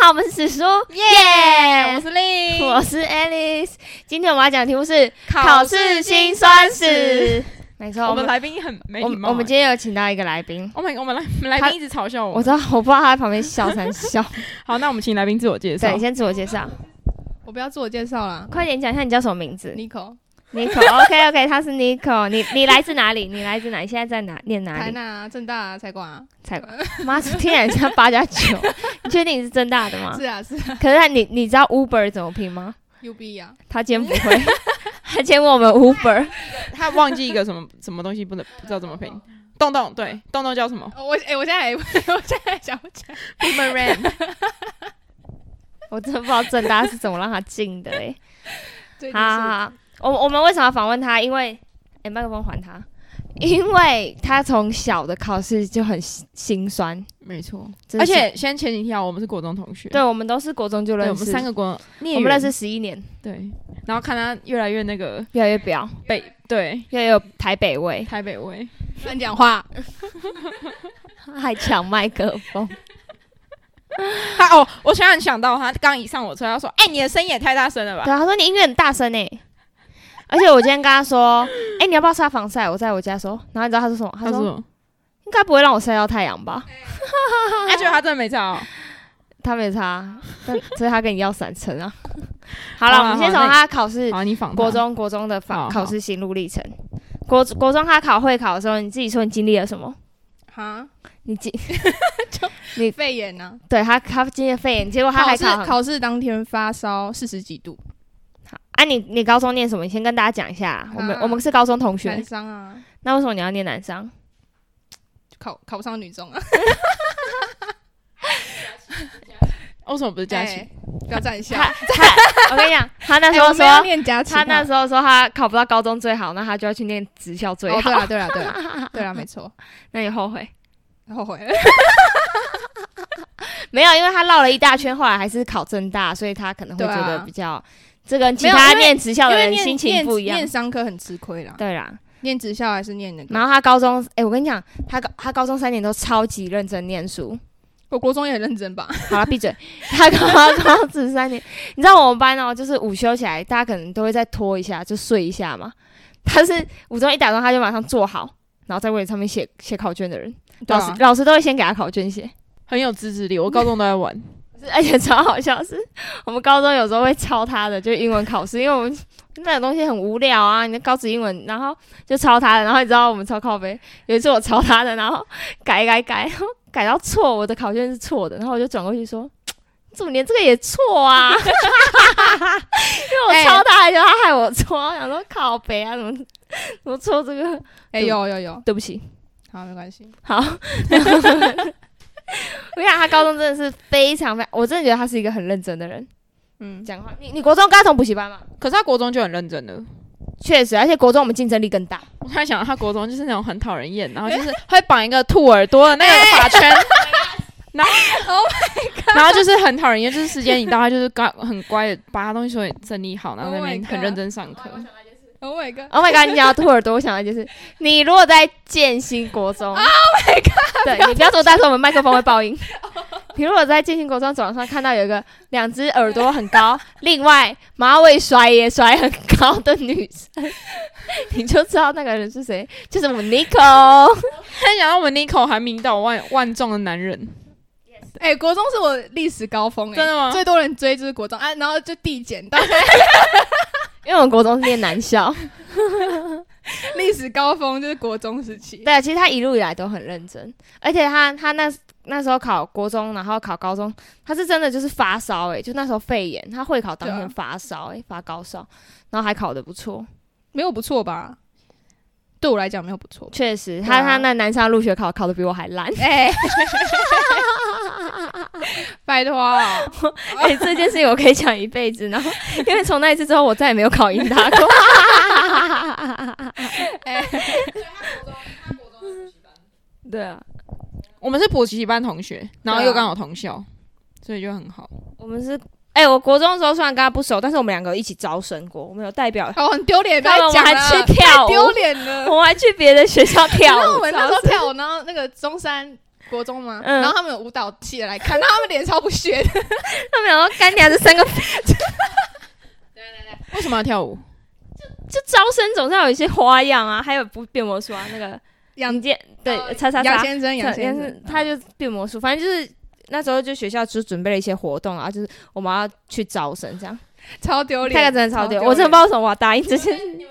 好，我们是史叔，耶、哎我是令，哎我是 Alice。今天我们要讲的题目是考试辛酸史。没错，我我们们来宾很没我礼们貌欸。我们今天有请到一个来宾， Oh my god！我们来我们来他宾一直嘲笑我我。知道我不知道他在旁边 笑三笑。好，那我们请来宾自我介绍对，你。先自我介绍，我不要自我介绍啦快点讲一下你叫什么名字 n i c o ？Nico。OK OK，他是 Nico。你你来自哪里？你来自哪里？现在在哪？念哪台里？南啊，正大啊，财管啊，才妈，听起来像八加 九。你确定你是正大的吗是？啊是啊可是他你你知道 Uber 怎么拼吗？ ，UB 啊，他今天 不会，他今天问我们 Uber。他忘记一个什么 什么东西，不能不知道怎么拼。哦洞洞对，洞洞叫什么哦我哎、我现在还 我现在还想不起来， ？Boomerang。我真的不知道正大是怎么让他进的哎、 最欸。近好好是好，我我们为什么要访问他？因为哎，麦、克风还他，因为他从小的考试就很心心酸，没错。真的而是且先前几天啊，我们是国中同学。对我们都是国中就认对，识，我们三个国中，我我们认识。十一年，对，然后看他越来越那个越来越表，北对越来越有台北 味，台北味。 乱讲话，还抢麦克风。他哦，我突然想到，他刚一上我车，他说：“哎，你的声音也太大声了吧对，啊他说你音乐很大声哎、而且我今天跟他说，哎、你要不要擦防晒？我在我家说，然后你知道他说什啊么？？”他他说说应该不会让我晒到太阳吧？：“他觉得他真的没哦照。”他没擦，但所以他跟你要散成啊。好了，好啦我们先从好啦他考试好，你仿国他中国中的好考好考试心路历程。国国中他考会考的时候，你自己说你经历了什么？哈，你经肺炎呐、对他他经历了肺炎，结果啊，他还考试考很考试当天发烧四十几度，啊你你高中念什么？你先跟大家讲一下啊。我们啊我们是高中同学难，伤啊，那为什么你要念南商？考考不上女中啊，哦为什么不是佳琪？哎不要站一下他，他我跟你讲，他那时哎候我们要说念假期他吧，那时候说他考不到高中最好，那他就要去念职校最哦，对好。啊对啊对 啊对啊，没错，那你后悔？后悔 了，没有，因为他绕了一大圈，后来还是考正大，所以他可能会对啊觉得比较这跟其没有他因为念职校因的为人念心情不一样念念。商科很吃亏啦，对啦，念职校还是念那个，然后他高中，哎、我跟你讲，他高他高中三年都超级认真念书。我国中也很认真吧，好了，闭 嘴。他高他高职三年，你知道我们班哦，就是午休起来，大家可能都会再拖一下，就睡一下嘛。他是午中一打钟，他就马上坐好，然后在位置上面写写考卷的人，对老师啊老师都会先给他考卷写。很有自制力。我高中都在 玩，是而且超好笑是，我们高中有时候会抄他的，就英文考试，因为我们那种东西很无聊啊，你的高职英文，然后就抄他的，然后你知道我们抄靠背，有一次我抄他的，然后改改改，然后改到错，我的考卷是错的，然后我就转过去说。你怎么连这个也错啊？ 因为我抄他，还觉得他害我错，我想说靠背啊，怎么怎么错这个？哎、有有有，对不起，好没关系，好， 我想他高中真的是非常非常，我真的觉得他是一个很认真的人。嗯，讲话，你你国中跟他同补习班吗？可是他国中就很认真的。确实，而且国中我们竞争力更大。我突然想到，他国中就是那种很讨人厌，然后就是会绑一个兔耳朵的那个发圈， 然后 Oh 然后就是很讨人厌，就是时间一到，他就是乖很乖的把他东西所有整理好，然后在那 Oh 边 my god 很认真上课。 Oh my god， Oh my god！你讲到兔耳朵，我想到就是你如果在建新国中，Oh my god！对你不要这么大声，我们麦克风会爆 音。你如果在建新国中走廊上看到有一个两只耳朵很高， 另外马尾甩也甩很高的女生， 你就知道那个人是谁，就是我们 Nico。 他想到我们 Nico 还名到万万众的男人，哎、国中是我历史高峰、哎，真的吗最多人追就是国中啊，然后就递减 到现在因为我们国中是念男校，历史高峰就是国中时期。对，其实他一路以来都很认真，而且他他那那时候考国中，然后考高中，他是真的就是发烧诶、欸就那时候肺炎，他会考当对天啊发烧诶、发高烧，然后还考得不错，没有不错吧？对我来讲没有不错。确实，对他、啊他那南沙入学考考得比我还 烂，哎、拜托啊，哎、这件事情我可以讲一辈子， 然后因为从那一次之后，我再也没有考赢他过。 哎对啊，我们是补习班同学，然后又对啊刚好同校，所以就很好。我们是哎、我国中的时候虽然跟他不熟，但是我们两个一起招生过，我们有代表，哦，很丢脸，不 他们要我们讲还了去跳丢舞，脸了。我们还去别的学校然跳舞，后我们那时超候跳舞，然后那个中山国中嘛，嗯然后他们有舞蹈系的来看，然后他们脸超不 屑的，他们想说干娘这三个为什么要跳舞？ 就招生总是要有一些花样啊，还有不变魔术啊，那个杨杨健对呃叉叉杨叉，先生，杨先生，他就变魔术，反正就是那时候就学校就准备了一些活动啊，就是我们要去招生这样，超丢大概脸。真的超丢，超丢我真的不知道为什么我要答应这 些，对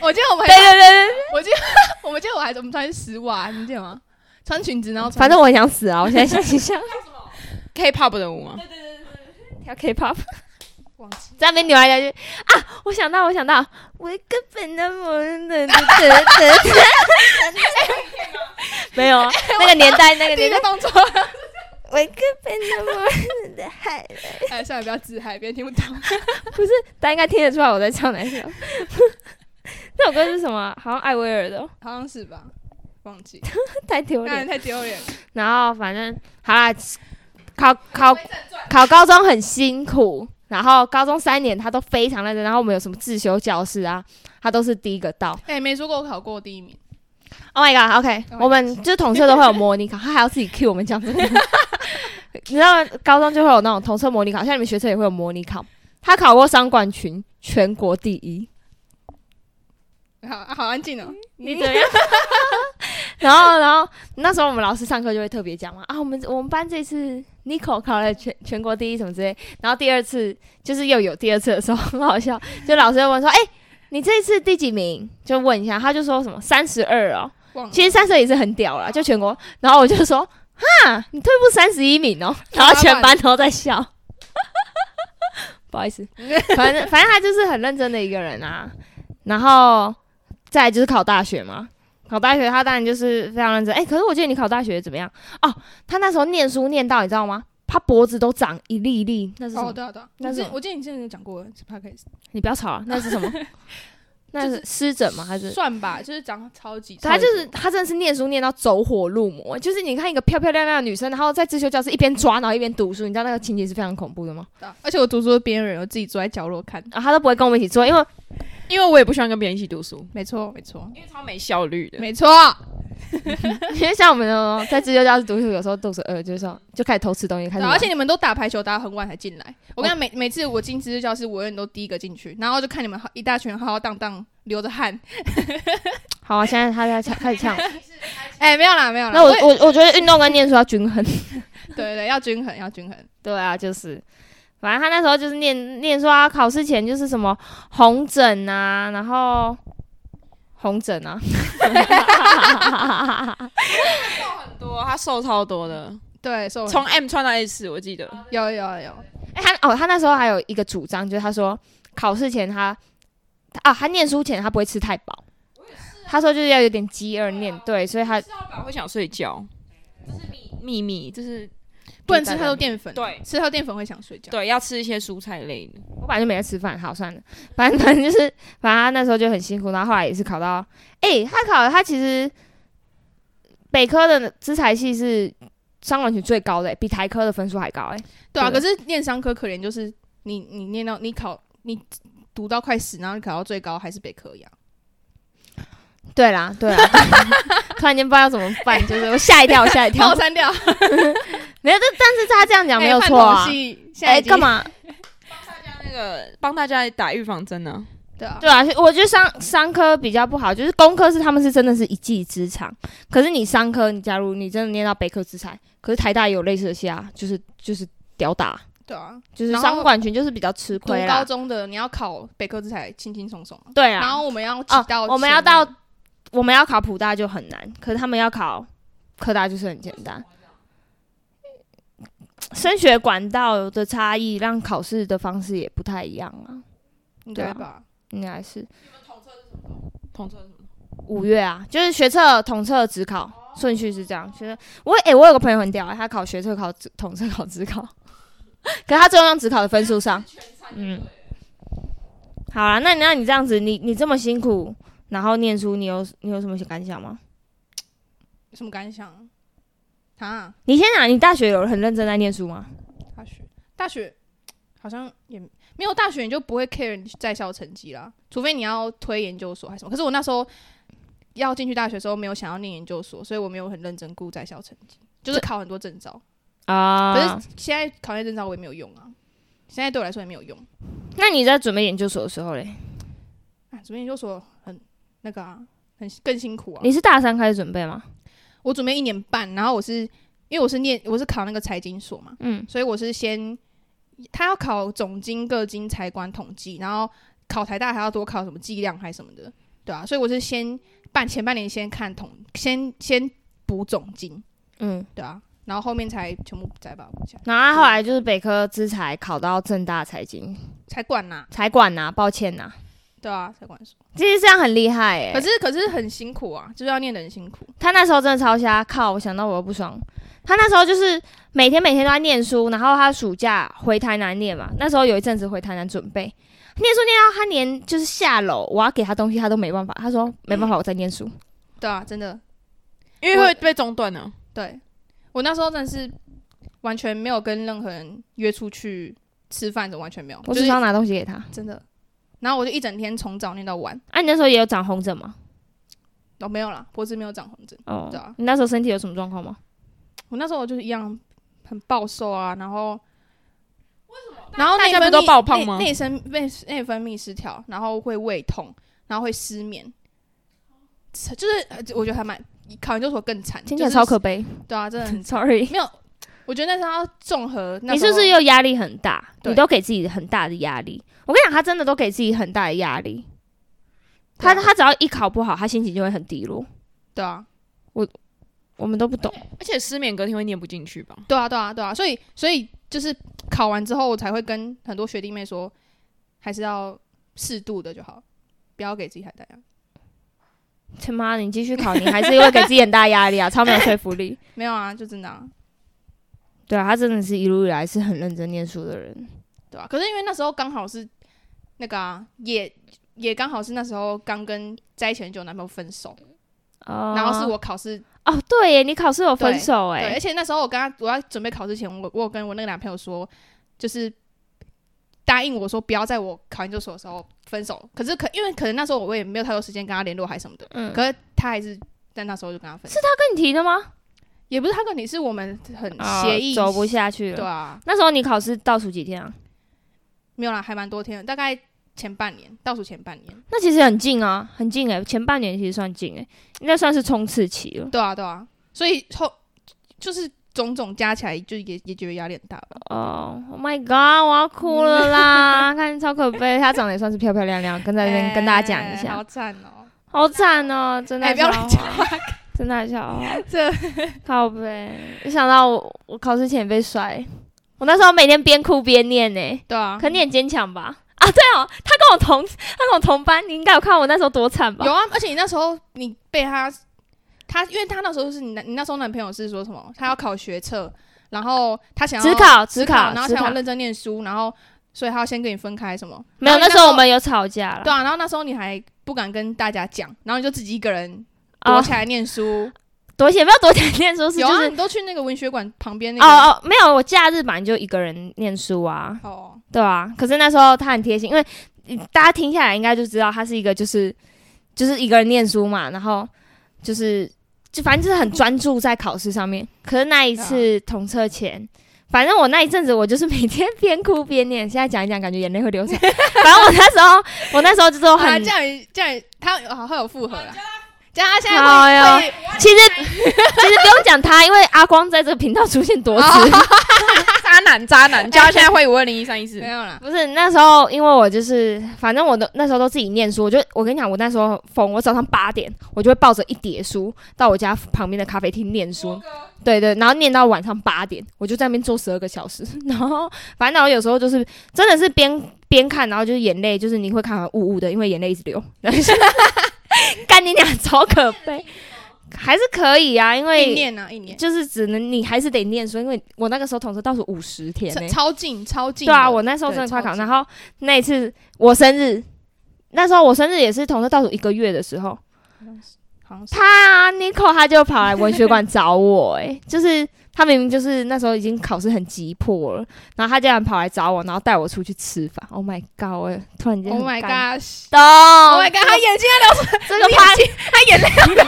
我记得我们对还，对对，我们记得我还我们穿丝袜，你记得吗？穿裙子，然后穿反正我很想死啊，我现在想一想， K-pop 的舞吗？跳 K-pop，忘记在那边扭来扭去啊，我想到我想到，我根本那么的的的的， 没有啊，那个年代那个第一年个代，动作，我根本那么的嗨。 哎，算了，不要自嗨，别人听不懂。大家应该听得出来我在唱哪首。那首歌是什么啊？好像艾薇儿的哦，好像是吧，忘记，太丢当然脸。太丢脸了。然后反正好啦，考考考高中很辛苦，然后高中三年他都非常认真，然后我们有什么自修教室啊，他都是第一个到。哎、没说过我考过第一名， Oh my god，OK，、 Oh my 我们就是统测都会有模拟考， 他还要自己 Q 我们讲这个。 你知道高中就会有那种统测模拟考，像你们学测也会有模拟考。他考过商管群全国第一， 好、啊、好安静哦。你怎么样？ 然后，然后那时候我们老师上课就会特别讲嘛，啊，我们我们班这次 Nico 考了全全国第一什么之类，然后第二次就是又有第二次的时候 很好笑，就老师就问说，哎、你这次第几名？就问一下，他就说什么三十二哦，忘了其实三十二也是很屌啦，就全国。然后我就说，哈，你退步三十一名 哦，然后全班都在笑。 不好意 思，反正反正他就是很认真的一个人啊。然后再来就是考大学嘛，考大学他当然就是非常认真。哎、可是我记得你考大学怎么样？哦，他那时候念书念到你知道吗？他脖子都长一粒一粒，那是什么？哦，对啊对啊，那我是记什么我记得你之前有讲过是 p a c k a g 你不要吵了，啊那是什 么？那是湿疹吗？还是算吧，就是长超级，他就超级是他真的是念书念到走火入魔，就是你看一个漂漂亮亮的女生，然后在自修教室一边抓，然后一边读书，你知道那个情节是非常恐怖的吗？多的而且我读书的边缘，我自己坐在角落看。然后他都不会跟我们一起做， 因为因为我也不喜欢跟别人一起读书，没错，没错，因为超没效率的。没错。因为像我们那种在自修教室读书，有时候肚子饿，就是说就开始偷吃东西，开对始啊，玩而且你们都打排球打很晚才进来。我哦跟你讲，每每次我进知识教室，我永远都第一个进去，然后就看你们一大群浩浩荡荡流着汗。 好啊，现在他在唱开 始唱。哎、没有啦，没有啦。那我也我我觉得运动跟念书要均衡。 对对对，要均衡，要均衡。对啊，就是，反正他那时候就是念念说啊，考试前就是什么红疹啊，然后红疹啊，很多，他瘦超多的，对，所以我从 M 穿到 S，我记得。有有有，哎、他哦，他那时候还有一个主张，就是他说考试前他他啊，他念书前他不会吃太饱。他说就是要有点饥饿念，对，所以他我会想睡觉，这是秘密，这是不能吃太多淀粉，对吃太多淀粉会想睡觉。对，要吃一些蔬菜类的。我本来就没在吃饭，好算了，反正反正就是，反正他那时候就很辛苦，然后后来也是考到，哎、他考他其实北科的资材系是商管群最高的、比台科的分数还高哎、对啊，对可是念商科可怜就是你你念到你考你读到快死，然后你考到最高还是北科一哦样。对啦，对啦，突然间不知道怎么办，就是我吓一跳，我吓一跳跳，删掉，没有，但但是他这样讲没有哎错啊饭桶，系现哎、在干嘛？嘛？那个帮大家打预防针呢、对啊，对啊，我觉得商商科比较不好，就是工科是他们是真的是一技之长，可是你商科，你假如你真的念到北科之才，可是台大也有类似的系啊，就是就是屌打，对啊，就是然后商管群就是比较吃读亏高啦。中的你要考北科之才轻轻松松啊，对然啊，后我们要挤哦到、，我们要到我们要考普大就很难，可是他们要考科大就是很简单。升学管道的差异让考试的方式也不太一样啊，你对啊对吧？应该是。统测是什么？五月啊，就是学测、统测、职考顺序是这样。学测我诶、我有个朋友很屌、啊，他考学测、考职统测、考职考， 可是他最后用职考的分数上。嗯，好啦，那你那你这样子，你你这么辛苦，然后念书，你有你有什么感想吗？有什么感想？啊，你先讲，你大学有很认真在念书吗？大学大学好像也没有大学，你就不会 care 你在校成绩啦，除非你要推研究所还是什么。可是我那时候要进去大学的时候，没有想要念研究所，所以我没有很认真顾在校成绩。就是考很多证照。啊可是现在考那证照我也没有用啊，现在对我来说也没有用。那你在准备研究所的时候嘞？啊，准备研究所很那个啊，很更辛苦啊。你是大三开始准备吗？我准备一年半，然后我是因为我是念我是考那个财经所嘛，嗯，所以我是先他要考总经、各经、财管、统计，然后考台大还要多考什么计量还是什么的，对啊，所以我是先半前半年先看统，先先补总经，嗯，对啊，然后后面才全部再把我讲然后后来就是北科资财考到正大财经财管呐、财管呐、抱歉呐、对啊，财管所。其实这样很厉害哎、可是可是很辛苦啊，就是要念的很辛苦。他那时候真的超瞎，靠！我想到我又不爽。他那时候就是每天每天都在念书，然后他暑假回台南念嘛。那时候有一阵子回台南准备念书，念到他连就是下楼我要给他东西，他都没办法。他说没办法，我在念书。对啊，真的，因为我会被中断呢、对我那时候真的是完全没有跟任何人约出去吃饭，的，完全没有，我就只是想拿东西给他。真的。然后我就一整天从早念到晚，啊，你那时候也有长红疹吗？哦，没有啦，脖子没有长红疹。哦对啊你那时候身体有什么状况吗？我那时候就是一样很暴瘦啊，然后为什么？然后大内家不分都泌爆胖内吗内分泌内分泌失调，然后会胃痛，然后会失眠，就是呃我觉得还蛮考研究所更惨，听起来超可悲、就是对啊，真的 很 s o r r y 没有。我觉得那时候要综合那你时是候，不是又压力很大？对你都给自己很大的压力。我跟你讲，他真的都给自己很大的压力。他对啊他只要一考不好，他心情就会很低落。对啊，我们都不懂。而且失眠隔天会念不进去吧？对啊，对啊，对啊，所以所以就是考完之后，我才会跟很多学弟妹说，还是要适度的就好，不要给自己太大压力。 他妈，你继续考，你 还是会给自己很大压力啊，超没有说服力。没有啊，就真的、啊，对啊，他真的是一路以来是很认真念书的人。对啊？可是因为那时候刚好是那个啊，也也刚好是那时候刚跟在一起很久的男朋友分手，哦然后是我考试，哦，对耶，你考试有分手对，哎而，且那时候我跟他我要准备考试前，我我有跟我那个男朋友说，就是。答应我说不要在我考研究所的时候分手，可是可因为可能那时候我也没有太多时间跟他联络还是什么的，嗯，可是他还是在那时候就跟他分手，问题的吗？也不是他跟你是我们很啊协议、走不下去对了。啊，那时候你考试倒数几天啊？没有啦，还蛮多天的，大概前半年倒数前半年，那其实很近啊，很近哎、前半年其实算近哎、应该算是冲刺期了。对啊对啊，所以后就是种种加起来就也也觉得压力很大吧，哦、oh, my god，我要哭了 啦！看超可悲，她长得也算是漂漂亮亮，跟在那边跟大家讲一哎好下，赞哦、好惨哦、真哎的不要笑乱讲话，真的笑话，这靠背。一想到我，我考试前被摔，我那时候每天边哭边念呢、对啊，可你很坚强吧？啊，对哦，他跟我同，他跟我同班，你应该有看我那时候多惨吧？有啊，而且你那时候你被他他，因为他那时候是你男你那时候男朋友是说什么，他要考学测，然后他想要只考只只考考，然后只想考要，认真念书，然后所以他要先跟你分开什么，没有，然后那你时候我们有吵架了对。啊，然后那时候你还不敢跟大家讲，然后你就自己一个人躲哦，起来念书。躲起来没有躲起来 念书，是 有就啊，是你都去那个文学馆旁边那哦个。哦哦，没有，我假日本来就一个人念书啊，哦，对啊。可是那时候他很贴心，因为嗯大家听下来应该就知道他是一个就是就是一个人念书嘛，然后就是就反正就是很专注在考试上面。可是那一次啊统测前。反正我那一阵子，我就是每天边哭边念。现在讲一讲，感觉眼泪会流 下来。反正我那时候，我那时候就是哦很、啊，这样这样，他好会有复合啊。这样他现好在哟会会其实其实不用讲他，因为阿光在这个频道出现多次， 哦渣男，渣男，叫他现在会五二零一三一四没。有啦，不是那时候，因为我就是，反正我都那时候都自己念书，我就我跟你讲，我那时候疯，我早上八点我就会抱着一叠书到我家旁边的咖啡厅念书，对对，然后念到晚上八点，我就在那边坐十二个小时，然后反正我有时候就是真的是边边看，然后就是眼泪，就是你会看完雾雾的，因为眼泪一直流， 然后就是干你俩超可悲，还是可以啊，因一为。年啊，一年，就是只能你还是得念书，因为我那个时候统测倒数五十天、超欸，超近超近的。对啊，我那时候真的快考，对超然级后那一次我生日，那时候我生日也是同事倒数一个月的时候，好像是他 Nico 他就跑来文学馆找我、欸，就是。他明明就是那时候已经考试很急迫了，然后他竟然跑来找我，然后带我出去吃饭。Oh my god！我突然间 Oh my 很感 gosh！动 Oh my god！他眼睛在流出，这个趴他眼泪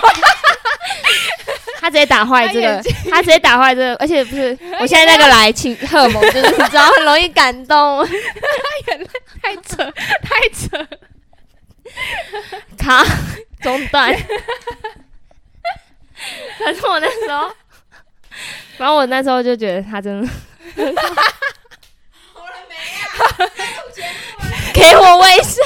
他直接打坏这个他眼睛，他直接打坏这个，而且不是，我现在那个来 情荷尔蒙真的是你知道很容易感动，太 扯，太扯了。卡中 断。可是我那时候，反正我那时候就觉得他真的 给我卫生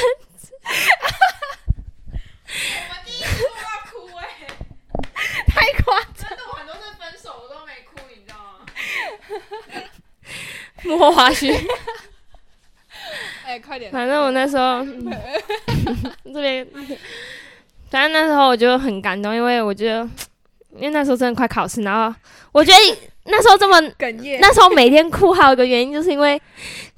欸 太夸张， 摸花 絮。哎、快点！反正我那时候，嗯这边，反正那时候我就很感动，因为我觉得，因为那时候真的快考试，然后我觉得那时候这么，哽咽。那时候每天哭还有一个原因，就是因为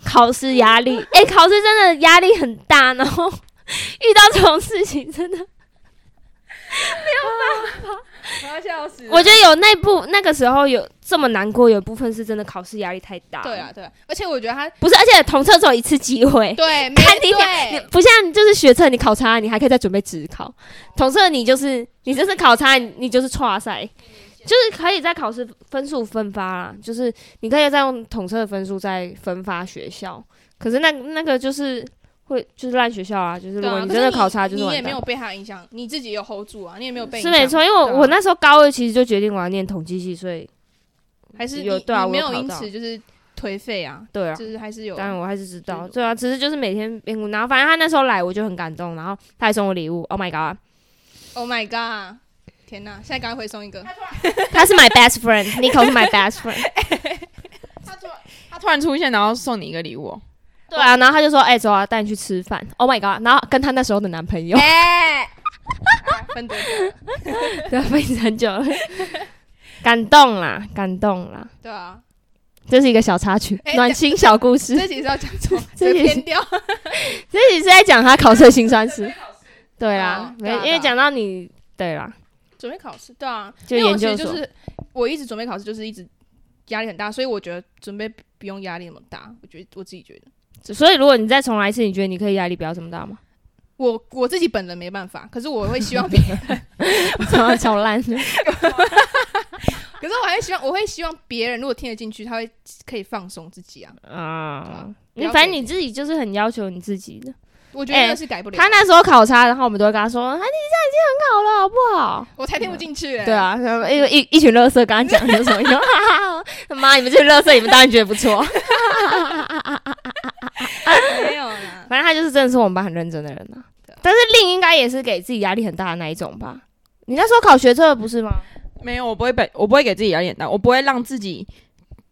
考试压力，哎、考试真的压力很大，然后遇到这种事情真的，我要笑死了我觉得有那部那个时候有这么难过，有部分是真的考试压力太大，对啊，，对啊，而且我觉得他不是，而且同车只有一次机会，对，看没你俩，你对，不像就是学测，你考差，你还可以再准备职考；统测你就是你这次考差，你你就是差赛，嗯就是可以在考试分数分发啦，就是你可以再用统测的分数再分发学校。可是那那个就是会就是烂学校啊，就是如对果啊，你可真是的考差，就是你完也没蛋有被他影响，你自己有 hold 住啊，你也没有被是影响没，错，因为我、对啊我那时候高二其实就决定我要念统计系，所以还是有你对啊你没我有有考因到此就是颓废啊，对啊，就是还是有当然我还是知道，是对啊，只是就是每天边哭，然后反正他那时候来我就很感动，然后他还送我礼物，Oh my god， ，Oh my god！天哪，现在赶快回送一个。他是 my best friend，Nico 是 my best friend。他突然，他突然出现，然后送你一个礼物哦，对啊，然后他就说：“哎、走啊，带你去吃饭。”Oh my god！然后跟她那时候的男朋友 哎，啊分多久了？对，分手很久了，感动啦，感动啦，对啊，这是一个小插曲，哎暖心小故事。这集是要讲什么？这 这集是偏掉。 这也是在讲他考试的辛酸 史。对啦哦，没对啊因为对啊讲到你，对啦，准备考试，对啊，就因为我研究其实就所是我一直准备考试，就是一直压力很大，所以我觉得准备不用压力那么大。我觉得我自己觉得，所以如果你再重来一次，你觉得你可以压力不要这么大吗？ 我我自己本人没办法，可是我会希望别 人，超超烂，可是我还会希望，我会希望别人如果听得进去，他会可以放松自己啊。啊啊！你反正你自己就是很要求你自己的。我觉得那个是改不了的，他那时候考差，然后我们都会跟他说：“啊，你这样已经很好了，好不好？”我才听不进去、欸。对，啊，然后一一一群乐色，刚刚讲有什么用？ 哈哈哈妈，你们这些乐色，你们当然觉得不错。 没有啦，反正他就是真的是我们班很认真的人呐、对啊但是令应该也是给自己压力很大的那一种吧？你那时候考学测不是吗？没有，我不会被，我不会给自己压力很大，我不会让自己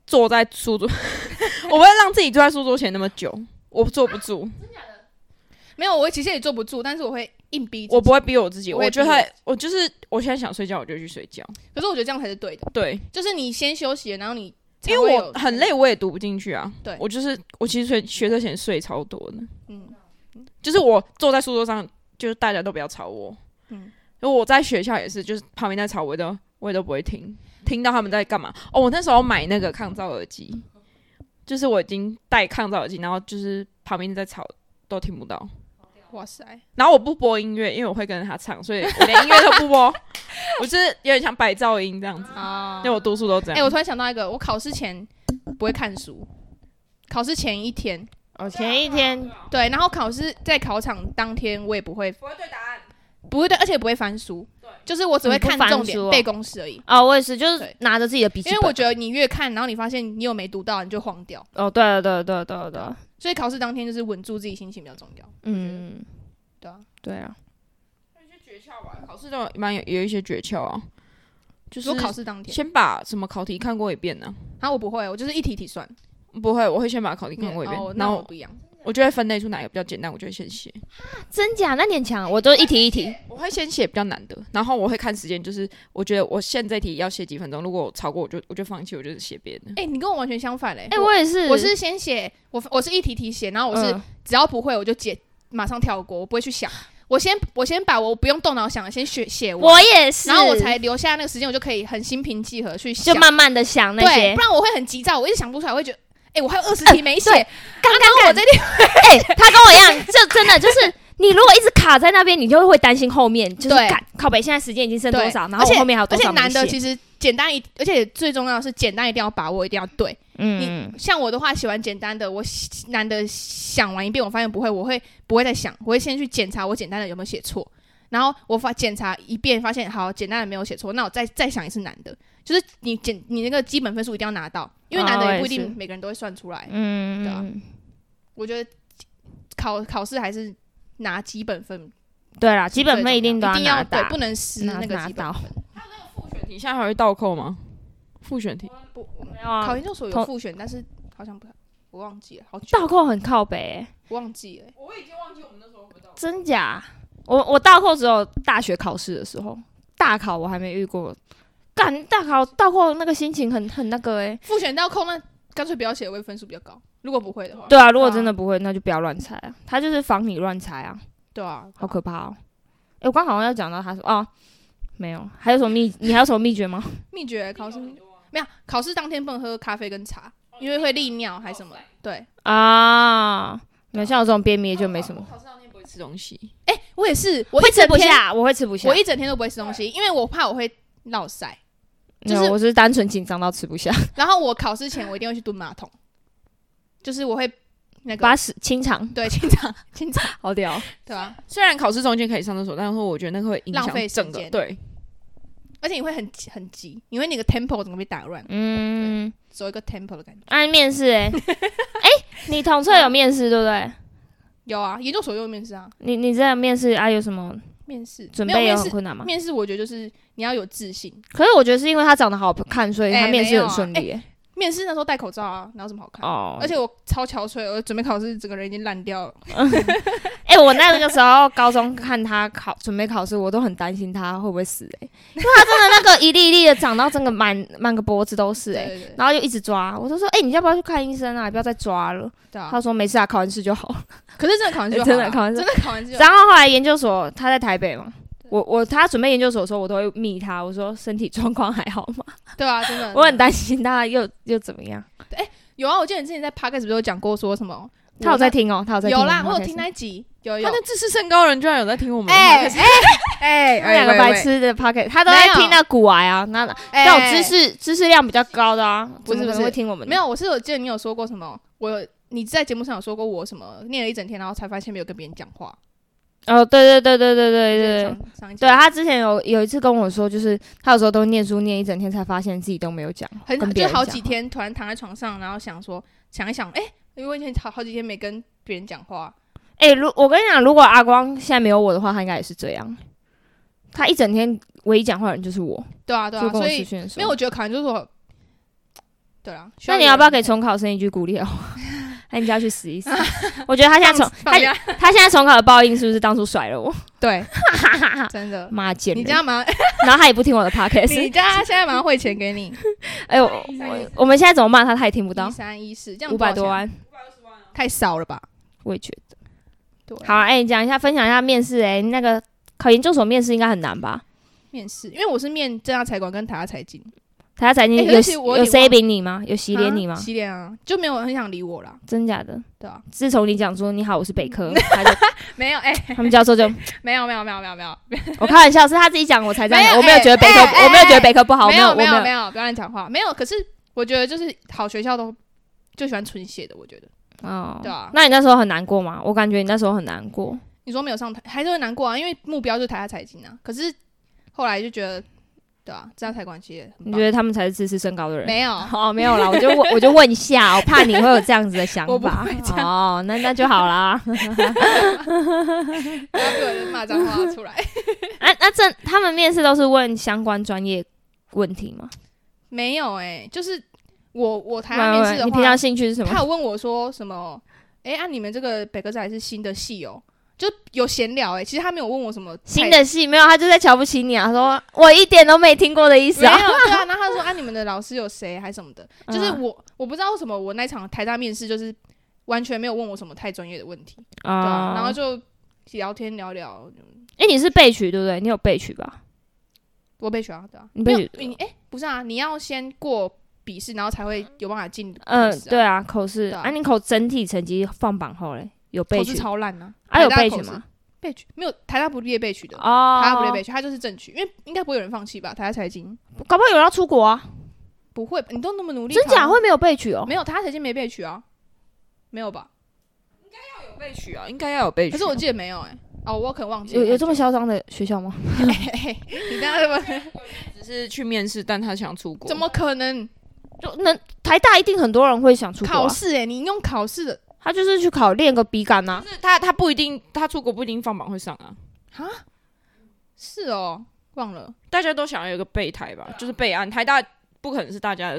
坐在书桌， 我不会让自己坐在书桌前那么久，我坐不住， 没有，我其实也坐不住，但是我会硬逼自己。我不会逼我自己，我也我不会就会，我就是我现在想睡觉我就去睡觉，可是我觉得这样才是对的，对，就是你先休息，然后你才因会为有我很累，，我也读不进去啊，对我就是我其实学学车前睡超多的，嗯，就是我坐在书桌上，就是大家都不要吵我，嗯嗯，因为我在学校也是，就是旁边在吵我也都我也都不会听，听到他们在干嘛。哦，我那时候买那个抗噪耳机，就是我已经戴抗噪耳机，然后就是旁边在吵都听不到。哇塞，然后我不播音乐，因为我会跟着他唱，所以我连音乐都不播， 我就是有点像白噪音这样子。啊因为我读书都这哎、样。我突然想到一个，我考试前不会看书，考试前一天，哦，前一天对，啊然后考试在考场当天我也不会，不会对答案，不会对，而且不会翻书，就是我只会你不看翻重书点哦背公式而已。哦，我也是，就是对拿着自己的笔记因本，为我觉得你越看，然后你发现你有没读到，你就慌掉。哦，对了对了对了对了对了，所以考试当天就是稳住自己心情比较重要。嗯，对啊，对啊，考试都蛮有有一些诀窍啊，就就是是考试当天，先把什么考题看过一遍呢、然后我不会，我就是一题一题算。不会，我会先把考题看过一遍，哦，然那后我不一样。我就会分类出哪个比较简单，我就会先写。啊真假那点强，啊我都一题一题，我会先写比较难的，然后我会看时间，就是我觉得我现这题要写几分钟，如果我超过我就我就放弃，我就写别的。哎、你跟我完全相反嘞、哎，我也是，我是先写，我我是一题题写，然后我是嗯只要不会我就解，马上跳过，我不会去想。我先我先把我不用动脑想的先写写完，我也是，然后我才留下那个时间，我就可以很心平气和去就想。慢慢的想那对，些不。然我会很急躁，我一直想不出来，我会觉得，哎、我还有二十 题没写，对刚刚刚我这里哎、他跟我一样，就真的就是，你如果一直卡在那边，你就会担心后面就是对赶靠北，现在时间已经剩多对少，然而后且我后面还有而多且少没难写的其实简单一，而且最重要的是简单一定要把握，一定要对。嗯，像我的话，写完简单的，我写难的想完一遍，我发现不会，我会不会再想，我会先去检查我简单的有没有写错，然后我发检查一遍，发现好简单的没有写错，那我再再想一次难的，就是你简你那个基本分数一定要拿到，因为难哦的我也也不一是定每个人都会算出来。嗯对啊我觉得考考试还是拿基本分，对啦，基本分一定都要拿对到，，不能失拿那个拿基本到分。你现在还会倒扣吗？复选题没有啊考研究所有同复选，但是好像不太，我忘记了，好久倒，扣很靠北、欸，我忘记了。真假？我我倒扣只有大学考试的时候，大考我还没遇过。干大考倒扣那个心情很很那个哎、复选到空，那干脆不要写，会分数比较高。如果不会的话，对啊，如果真的不会，那就不要乱猜啊。他就是防你乱猜啊，对啊，好可怕哦。哎、我刚好像要讲到他说哦，没有，还有什么秘？你还有什么秘诀吗？ 秘诀考试没有，考试当天不能喝咖啡跟茶，哦因为会利尿还是什么。对，啊，没有像我这种便秘的就没什么，不会吃东西，哎，我也是，我会一吃整不天，下，我会吃不下。我一整天都不会吃东西，因为我怕我会落晒。没有就是我是单纯紧张到吃 不下，然后我考试前我一定会去蹲马桶，就是我会那个把屎清肠， 对 清肠清肠，好 屌。对吧、啊？虽然考试中间可以上厕所，但是我觉得那个会影浪费响时整个间对。而且你会很急很急，你会那个 tempo 整个被打乱，嗯，走一个 tempo 的感觉。按面试哎、欸，哎、你统测有面试对不对？有啊，研究所也有面试啊，你你这面试啊有什么面试准没备有有面很试。困难吗？面试我觉得就是你要有自信，可是我觉得是因为他长得好看，所以他哎面没试有啊很顺利、欸面试那时候戴口罩啊，哪有什么好看？哦，而且我超憔悴，我准备考试，整个人已经烂掉了。哎、我那个时候高中看他考准备考试，我都很担心他会不会死哎、欸因为他真的那个一粒一粒的长到整个满满个脖子都是哎、欸对对对，然后就一直抓，我就说，哎、你要不要去看医生啊？不要再抓了。对啊他。说没事啊，考完试就好了。可是真的考完试就好哎真了，的考完试真的考完试就好然后后来研究所他在台北嘛，我我他准备研究所的时候，我都会密他，我说身体状况还好吗？对啊，真的。我很担心他又又怎么样。有啊，我记得你之前在 podcast 不是有讲过说什么？他有在听哦，他有在听。有啦，我有在听那一集，有他有。那自视甚高人居然有在听我们的话，哎可是哎哎那两个白，痴的 pocket，他都在没有听那古癌啊，那 哎那种知识知识量比较高的啊，不是怎么可不能是会听我们的没有，我是有记得你有说过什么，我有你在节目上有说过我什么念了一整天，然后才发现没有跟别人讲话。哦，对对对对对对对对。上上一集对啊他之前有有一次跟我说，就是他有时候都念书念一整天，才发现自己都没有讲，很跟别就人好讲几天，突然躺在床上，然后想说想一想，哎、因为我以前好好几天没跟别人讲话，哎、如我跟你讲，如果阿光现在没有我的话，他应该也是这样。他一整天唯一讲话的人就是我，对啊对就啊，跟我所视以讯的时没有，候我。觉得考研究所，对啊，需那你要不要给有人重考生一句鼓励的话？ 那你就要去死一死。我觉得他现在重他放放下他现在重考的报应是不是当初甩了我？ 对， 真的，妈贱你人！这样马上，然后他也不听我的 podcast 你。叫他现在马上汇钱给你， 哎、我我我们现在怎么骂他，他也听不到一。三一四，这样五少百钱啊多，万，太少了吧？我也觉得。对，好、啊，哎、你讲一下，分享一下面试。哎，那个考研究所面试应该很难吧？面试，因为我是面正大财管跟台大财经，台下财经哎可有是我有有点忘 C 饼你吗？有洗脸啊你吗？洗脸啊，就没有很想理我啦，真假的？对啊，自从你讲说你好，我是北嗯科，他 就没有，哎、他们教授就没有，没有，没有，没有，没有，我开玩笑，是他自己讲我才这没样，有我没有觉得北科，哎哎我没有觉得北科不好，没有，我没没有，没，有，不要乱讲话，没有。可是我觉得就是好学校都就喜欢纯写的，我觉得。哦对啊那你那时候很难过吗？我感觉你那时候很难过，你说没有上台，还是会难过啊，因为目标就是台下财经啊。可是后来就觉得，对啊，这样才关系很你棒觉。得他们才是自视甚高的人？没有， 哦，没有啦，我就问，我就问一下，我怕你会有这样子的想我不法会这。样哦，那那就好啦。 不要给我人骂脏话出来。 那啊那这他们面试都是问相关专业问题吗？没有哎、就是我我台喂湾喂面试的你平常话，兴趣是什么他？有问我说什么？哎、啊，你们这个北格仔是新的系哦，就有闲聊哎、其实他没有问我什么新的戏没有，他就在瞧不起你啊！他说我一点都没听过的意思没 有，啊。对啊。然后他说啊，你们的老师有谁还什么的，嗯就是我我不知道为什么我那场台大面试就是完全没有问我什么太专业的问题，对啊啊然后就聊天聊聊，哎、你是备取对不对？你有备取吧？我被学校对啊，你没有被你哎、不是啊，你要先过笔试，然后才会有办法进考试啊、嗯、对啊，口试对啊啊，你口整体成绩放榜后嘞，有备考试取超烂啊，啊？有台大备口取试吗？？被取没有，台大不列被取的，哦，台大不列被取，他就是正取，因为应该不会有人放弃吧？台大财经搞不好有人要出国啊？不会，你都那么努力，真假会？没有备取哦？啊没有，台大财经没被取啊，没有吧？有备取啊，应该要有备取。可是我记得没有哎、哦，我可能忘记了有有这么嚣张的学校吗？ 你刚刚怎 么只是去面试，但他想出国，怎么可能就能台大一定很多人会想出国、考啊，试哎、你用考试的他就是去考练个笔杆啊呐、就是他他不一定，他出国不一定放榜会上啊。是哦，忘了大家都想要有一个备胎吧，就是备案。台大不可能是大家的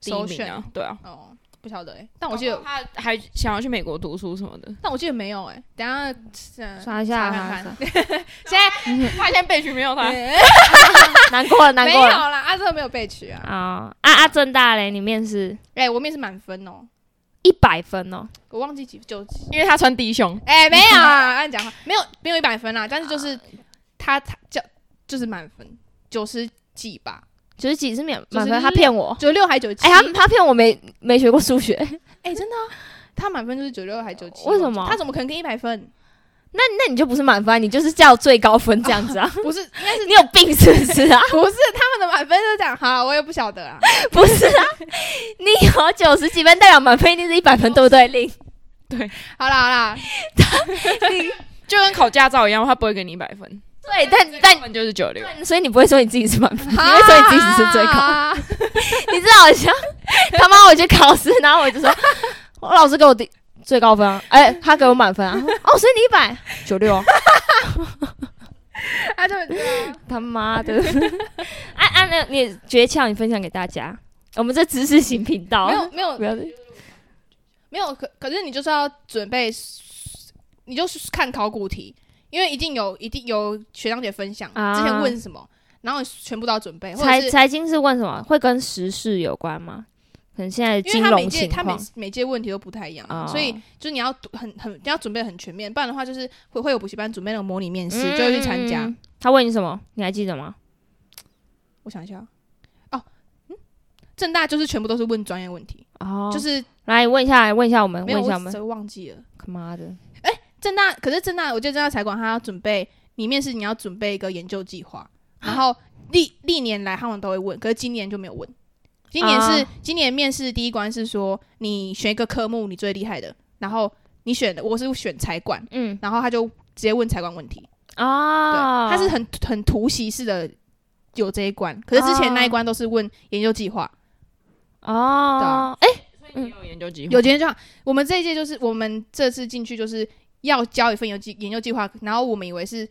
第一首名选啊，对啊。哦，不晓得哎、但我记得，他还想要去美国读书什么的，但我记得没有哎、等一下呃查一下，查看查一下现在发现备取没有他， 难过了，难没过有了。啦，阿正没有被取啊。啊啊啊！正大嘞，你面试哎、我面试满分哦，一百分哦，我忘记几九几。 因为他穿低胸。哎、没有啊， 按讲话啊没有没有一百分啦，但是就是他他叫就是满分，九十几吧，九十几是免就是满分，他骗我。九六还九七。哎、他他骗我没没学过数学， 哎、真的、啊，他满分就是九六还九七。哦为什么他怎么可能跟一百 分？那那你就不是满分啊，你就是叫最高分这样子 啊？不是，应该是你有病是不是啊？不是他们的满分就是这样。好，我也不晓得啦。 不是啊，你有九十几分，代表满分一定是一百分，对不对？令好啦好 啦，就跟考驾照一样，他不会给你一百分，对，但但分就是九六。所以你不会说你自己是满分，你会说你自己是最高。 啊 你这好像他妈我去考试，然后我就说，我老师给我第最高分啊，哎、他给我满 分啊，哦，所以你一百九六，啊，对对啊他妈 的，按按那你的诀窍，你分享给大家，我们这知识型频道没，有没有不要没有，可可是你就是要准备，你就是看考古题，因为一定有一定有学长姐分享、啊之前问什么，然后你全部都要准备，或者财是财经是问什么？会跟时事有关吗？可能现在的因为金他每融届情他每况，每届问题都不太一样，哦所以嗯就是你要读很很你要准备很全面，不然的话就是会会有补习班准备那种模拟面试，就会去参加。嗯。他问你什么？你还记得吗？我想一下，哦，嗯，正大就是全部都是问专业问题，哦，就是是来问一下，问一下我们，没问有一下我我们，这忘记了。他妈的，正大，可是正大，我记得正大财管他要准备，你面试你要准备一个研究计划，啊然后历历年来他们都会问，可是今年就没有问。今年是、啊今年面试第一关是说你选一个科目你最厉害的，然后你选的我是选财管，嗯然后他就直接问财管问题，对，啊，他是很很突袭式的有这一关，可是之前那一关都是问研究计划，啊哦，哎、你有研究机会，有研究计划，我们这一届就是我们这次进去就是要交一份研究计研究计划，然后我们以为是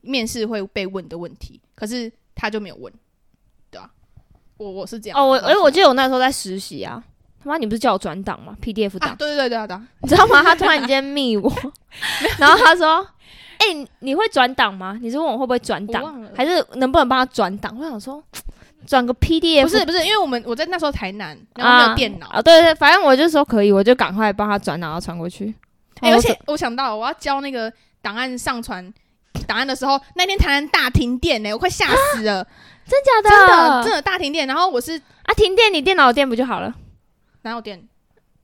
面试会被问的问题，可是他就没有问，对啊，我我是这样哦，我知道哎、我记得我那时候在实习啊，他妈你不是叫我转档吗？PDF 档、 啊，对对对对啊对啊，你知道吗？他突然间密 我，然后他说：“哎、你你会转档吗？你是问我会不会转我档忘了，还是能不能帮他转档？”我想说，转个 PDF 不是不是，因为我们我在那时候台南，然后没有电脑，啊、哦对对，反正我就说可以，我就赶快帮他转档，然后传过去。哦哎、我而说且我想到了我要交那个档案上传。档案的时候，那天台南大停电呢、我快吓死了！啊真假的真的真的大停电，然后我是啊，停电你电脑有电不就好了？哪有电？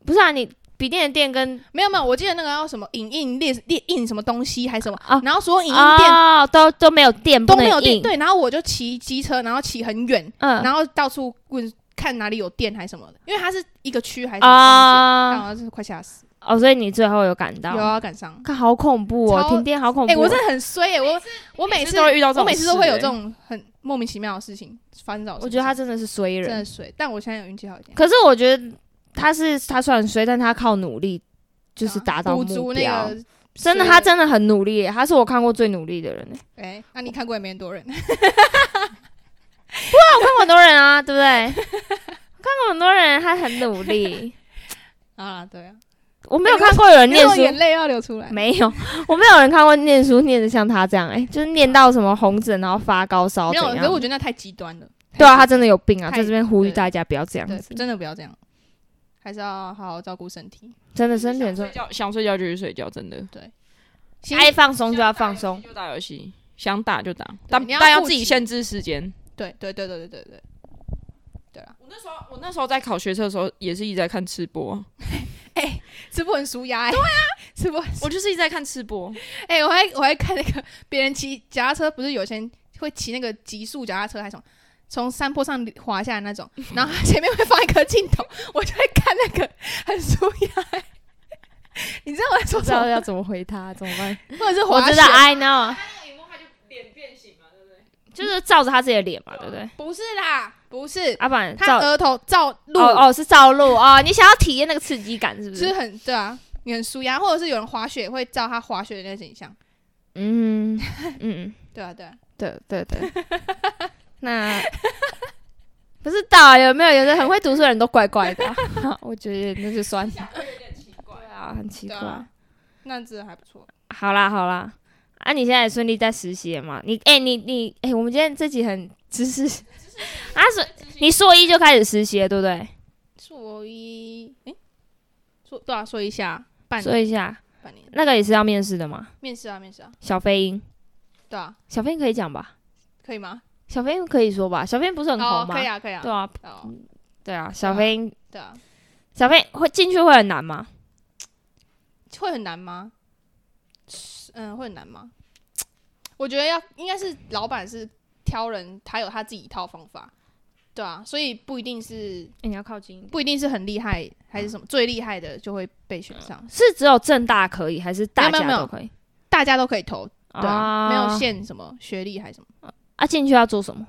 不是啊，你笔电的电跟没有没有，我记得那个要什么影印列列印什么东西还是什么，啊然后所有影印店哦都都没有电，都不能没有电，印，对，然后我就骑机车，然后骑很远，嗯然后到处问看哪里有电还是什么的，因为它是一个区还是什么东西，啊然后就是快吓死，哦，所以你最后有赶到有。要赶上。看，好恐怖哦！超停电好恐怖、哎，哦。我真的很衰哎，我我每次都会遇到这我种事，每次都会有哎这种很莫名其妙的事情发生在我身上。欸我觉得他真的是衰真人的。嗯衰，但我现在有运气好一点，可是我觉得他是他虽然衰，但他靠努力就是达到啊补目足标。那个。真的，衰他真的很努力耶，他是我看过最努力的人耶。哎，那你看过也没很多人， 看过很多人啊，对不 对？看过很多人，他很努力。啊，对啊，我没有看过有人你念有书眼，泪要流出来，没有，我没有人看过念书念的像他这样、哎，就是念到什么红疹，然后发高烧没怎有，可是我样。觉得那太极端了。对啊，他真的有病啊！太在这边呼吁对大家不要这样对，子，真的不要这样，还是要好好照顾身体。真的身体很重睡觉想睡觉就去睡觉，真的。心该放松就要放松。就打游戏，想打就打，但你要但要顾自己及限制时间。对对对对对对对，对啦，我那时候我那时候在考学测的时候，也是一直在看吃播啊，吃播很舒压、欸，对啊，吃播很舒我就是一直在看吃播，哎、我还我还看那个别人骑脚踏车，不是有些人会骑那个极速脚踏车还是什么，从山坡上滑下 来那种，然后他前面会放一颗镜头，我就会看那个很舒压、欸 你知道我在不说知什道么？要怎么回他， 怎么办？或者是我滑知雪道？，I 啊 know。就是照着他自己的脸嘛，对不对？不是啦，不是，阿板他啊照额头照路，哦哦是照路哦，你想要体验那个刺激感是不就是是？很对啊，你很舒压，或者是有人滑雪会照他滑雪的那个景象，嗯嗯，对啊对啊， 对对对。 那不知道有没有有的很会读书的人都怪怪的啊、 我觉得那就算。对啊，很奇对怪。啊，那真的还不错，好啦好啦，啊，你现在也顺利在实习了嘛？你哎、你你哎、我们今天这集很知识啊，所你硕一就开始实习了，对不对？说一哎，说对啊，说一下半说一下，半年那个也是要面试的嘛？面试啊面试啊，小飞鹰，对啊。小飞鹰可以讲吧？可以吗？小飞鹰可以说吧？小飞鹰不是很哦红，吗？可以啊，可以啊，对啊，哦，对啊，小飞鹰，对啊，小飞鹰会进去会很难吗？会很难吗？嗯，会很难吗？我觉得要应该是老板是挑人，他有他自己一套方法，对啊，所以不一定是欸你要靠近一点，不一定是很厉害，还是什么最厉害的就会被选上，是只有正大可以，还是大没有没家都有可以？大家都可以投，对啊，没有限限什么学历还是什么。啊，进去要做什么？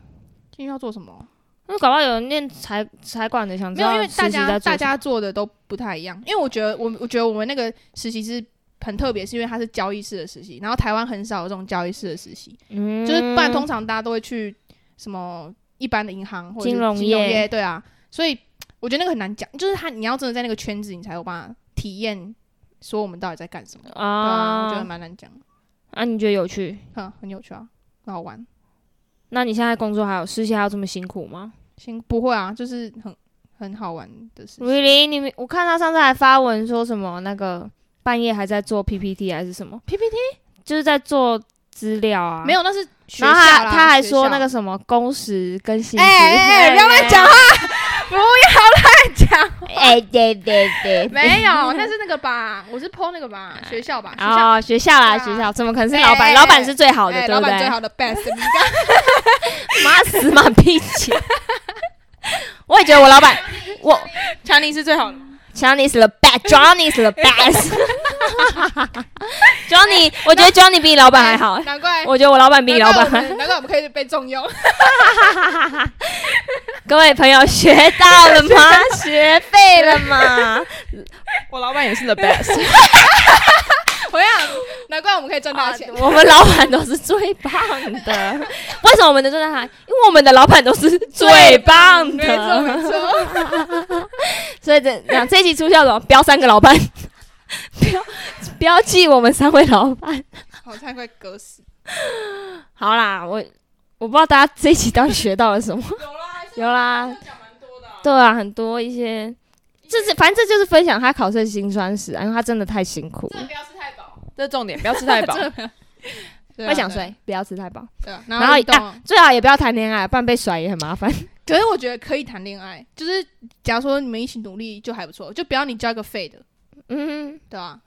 进去要做什么？因为搞不好有人念财财管的，想知没有，道因为大实习家在做大什么家做的都不太一样。因为我觉得我我觉得我们那个实习是很特别，是因为它是交易式的实习，然后台湾很少有这种交易式的实习。嗯就是不然通常大家都会去什么一般的银行或者是金融金融业业，对啊，所以我觉得那个很难讲，就是他你要真的在那个圈子，你才有办法体验说我们到底在干什么。对啊，我觉得啊蛮难讲，啊，你觉得有趣？哼，很有趣啊，很好玩。那你现在工作还有实习还有这么辛苦吗行，不会啊，就是很很好玩的事情。 ？Really？你们我看他上次还发文说什么那个半夜还在做 PPT 还是什么 PPT 就是在做资料啊，没。有，那是学校然后他啦他还学说校 那个什么工时跟薪资，哎哎哎不要乱讲话，不要乱讲，哎对对对，没有，那是那个吧，我是 PO 那个吧，学校吧，学校。哦，学校啦，对啊学校，怎么可能是哎老板？哎老板是最好的，哎对老不板最对？好的 best，你妈死马屁钱！ 我也觉得我老板，我强尼是 最好的吗。 Johnny 是 the best，Johnny 是 the best。Johnny，我哎觉得 Johnny 比你老板还好，难怪我觉得我老板比你难老怪板哎我还。们难怪我们可以被重用。 各位朋友学到 了吗？学废了吗？我老板也是 the best，我想，难怪我们可以赚大 钱。啊我们老板都是最棒的，为什么我们的最棒？因为我们的老板都是最棒的。没错没错，所以这讲这一集出校么？标三个老板，标标记我们三位老板。好像快割死。好啦，我我不知道大家这一集到底学到了 什么，有啦，对啊，很多一些，这是反正这就是分享他考试的辛酸史啊，因为他真的太辛苦了。不要吃太饱，这重点，不要吃太饱。会想睡，不要吃太饱，啊对啊。然然后后一一啊动，最好也不要谈恋爱，不然被甩也很麻 烦。可是我觉得可以谈恋爱，就是假如说你们一起努力就还不错，就不要你交一个废的，嗯，对啊吧？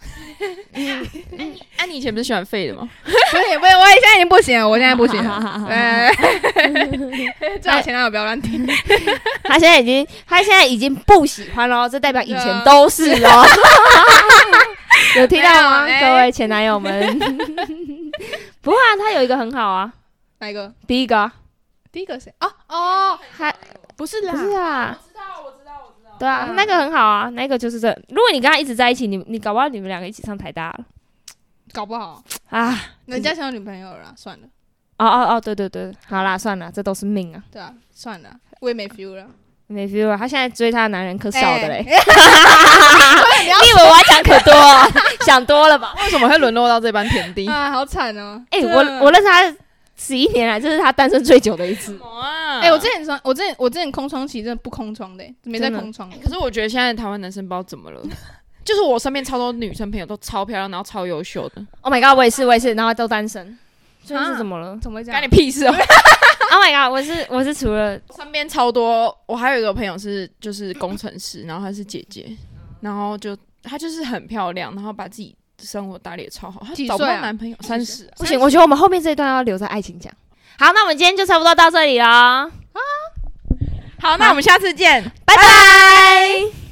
哎、你以前不是喜欢废的吗？不行，不行，我现在已经不行了，我现在不行 了。啊哎， 最好前男友不要乱听。他现在已经他现在已经不喜欢了，这代表以前都是哦。 有听到吗，啊没有哎各位前男友们？ 不会啊，他有一个很好啊，哪一个？第一个啊第一个谁？哦哦，还不是不是啦，啊。对啊，那个很好啊，那个就是这。如果你跟他一直在一起，你你搞不好你们两个一起上台大了搞不好啊！ 人家想有女朋友了啦，算了，哦哦哦，对对对，好啦，算了，这都是命啊，对啊，算了，我也没 feel 了。哎没 feel 啊。他现在追他的男人可少的嘞，你要 你以为我要讲可多啊？想多 了吧？为什么会沦落到这般田 地？啊，好惨哦！哎、真的我我认识他十一年来，这是他单身最久的一次。么啊哎、我之前说，我之前我之前空窗期真的不空窗的、没在真的空窗的。 可是我觉得现在台湾男生不知道怎么了，就是我身边超多女生朋友都超漂亮，然后超优秀的， Oh my god，我也是，我也是，然后都单身，所以是怎么了怎么会这干你样？屁 事哦！ ？Oh my god，我是我是除了身边超多，我还有一个朋友是就是工程师，然后她是姐姐，然后就她就是很漂亮，然后把自己生活打理得超好，她几找不岁到啊男朋友，三十、不行，我觉得我们后面这一段要留在爱情讲。好，那我们今天就差不多到这里了，好，那我们下次见。拜拜。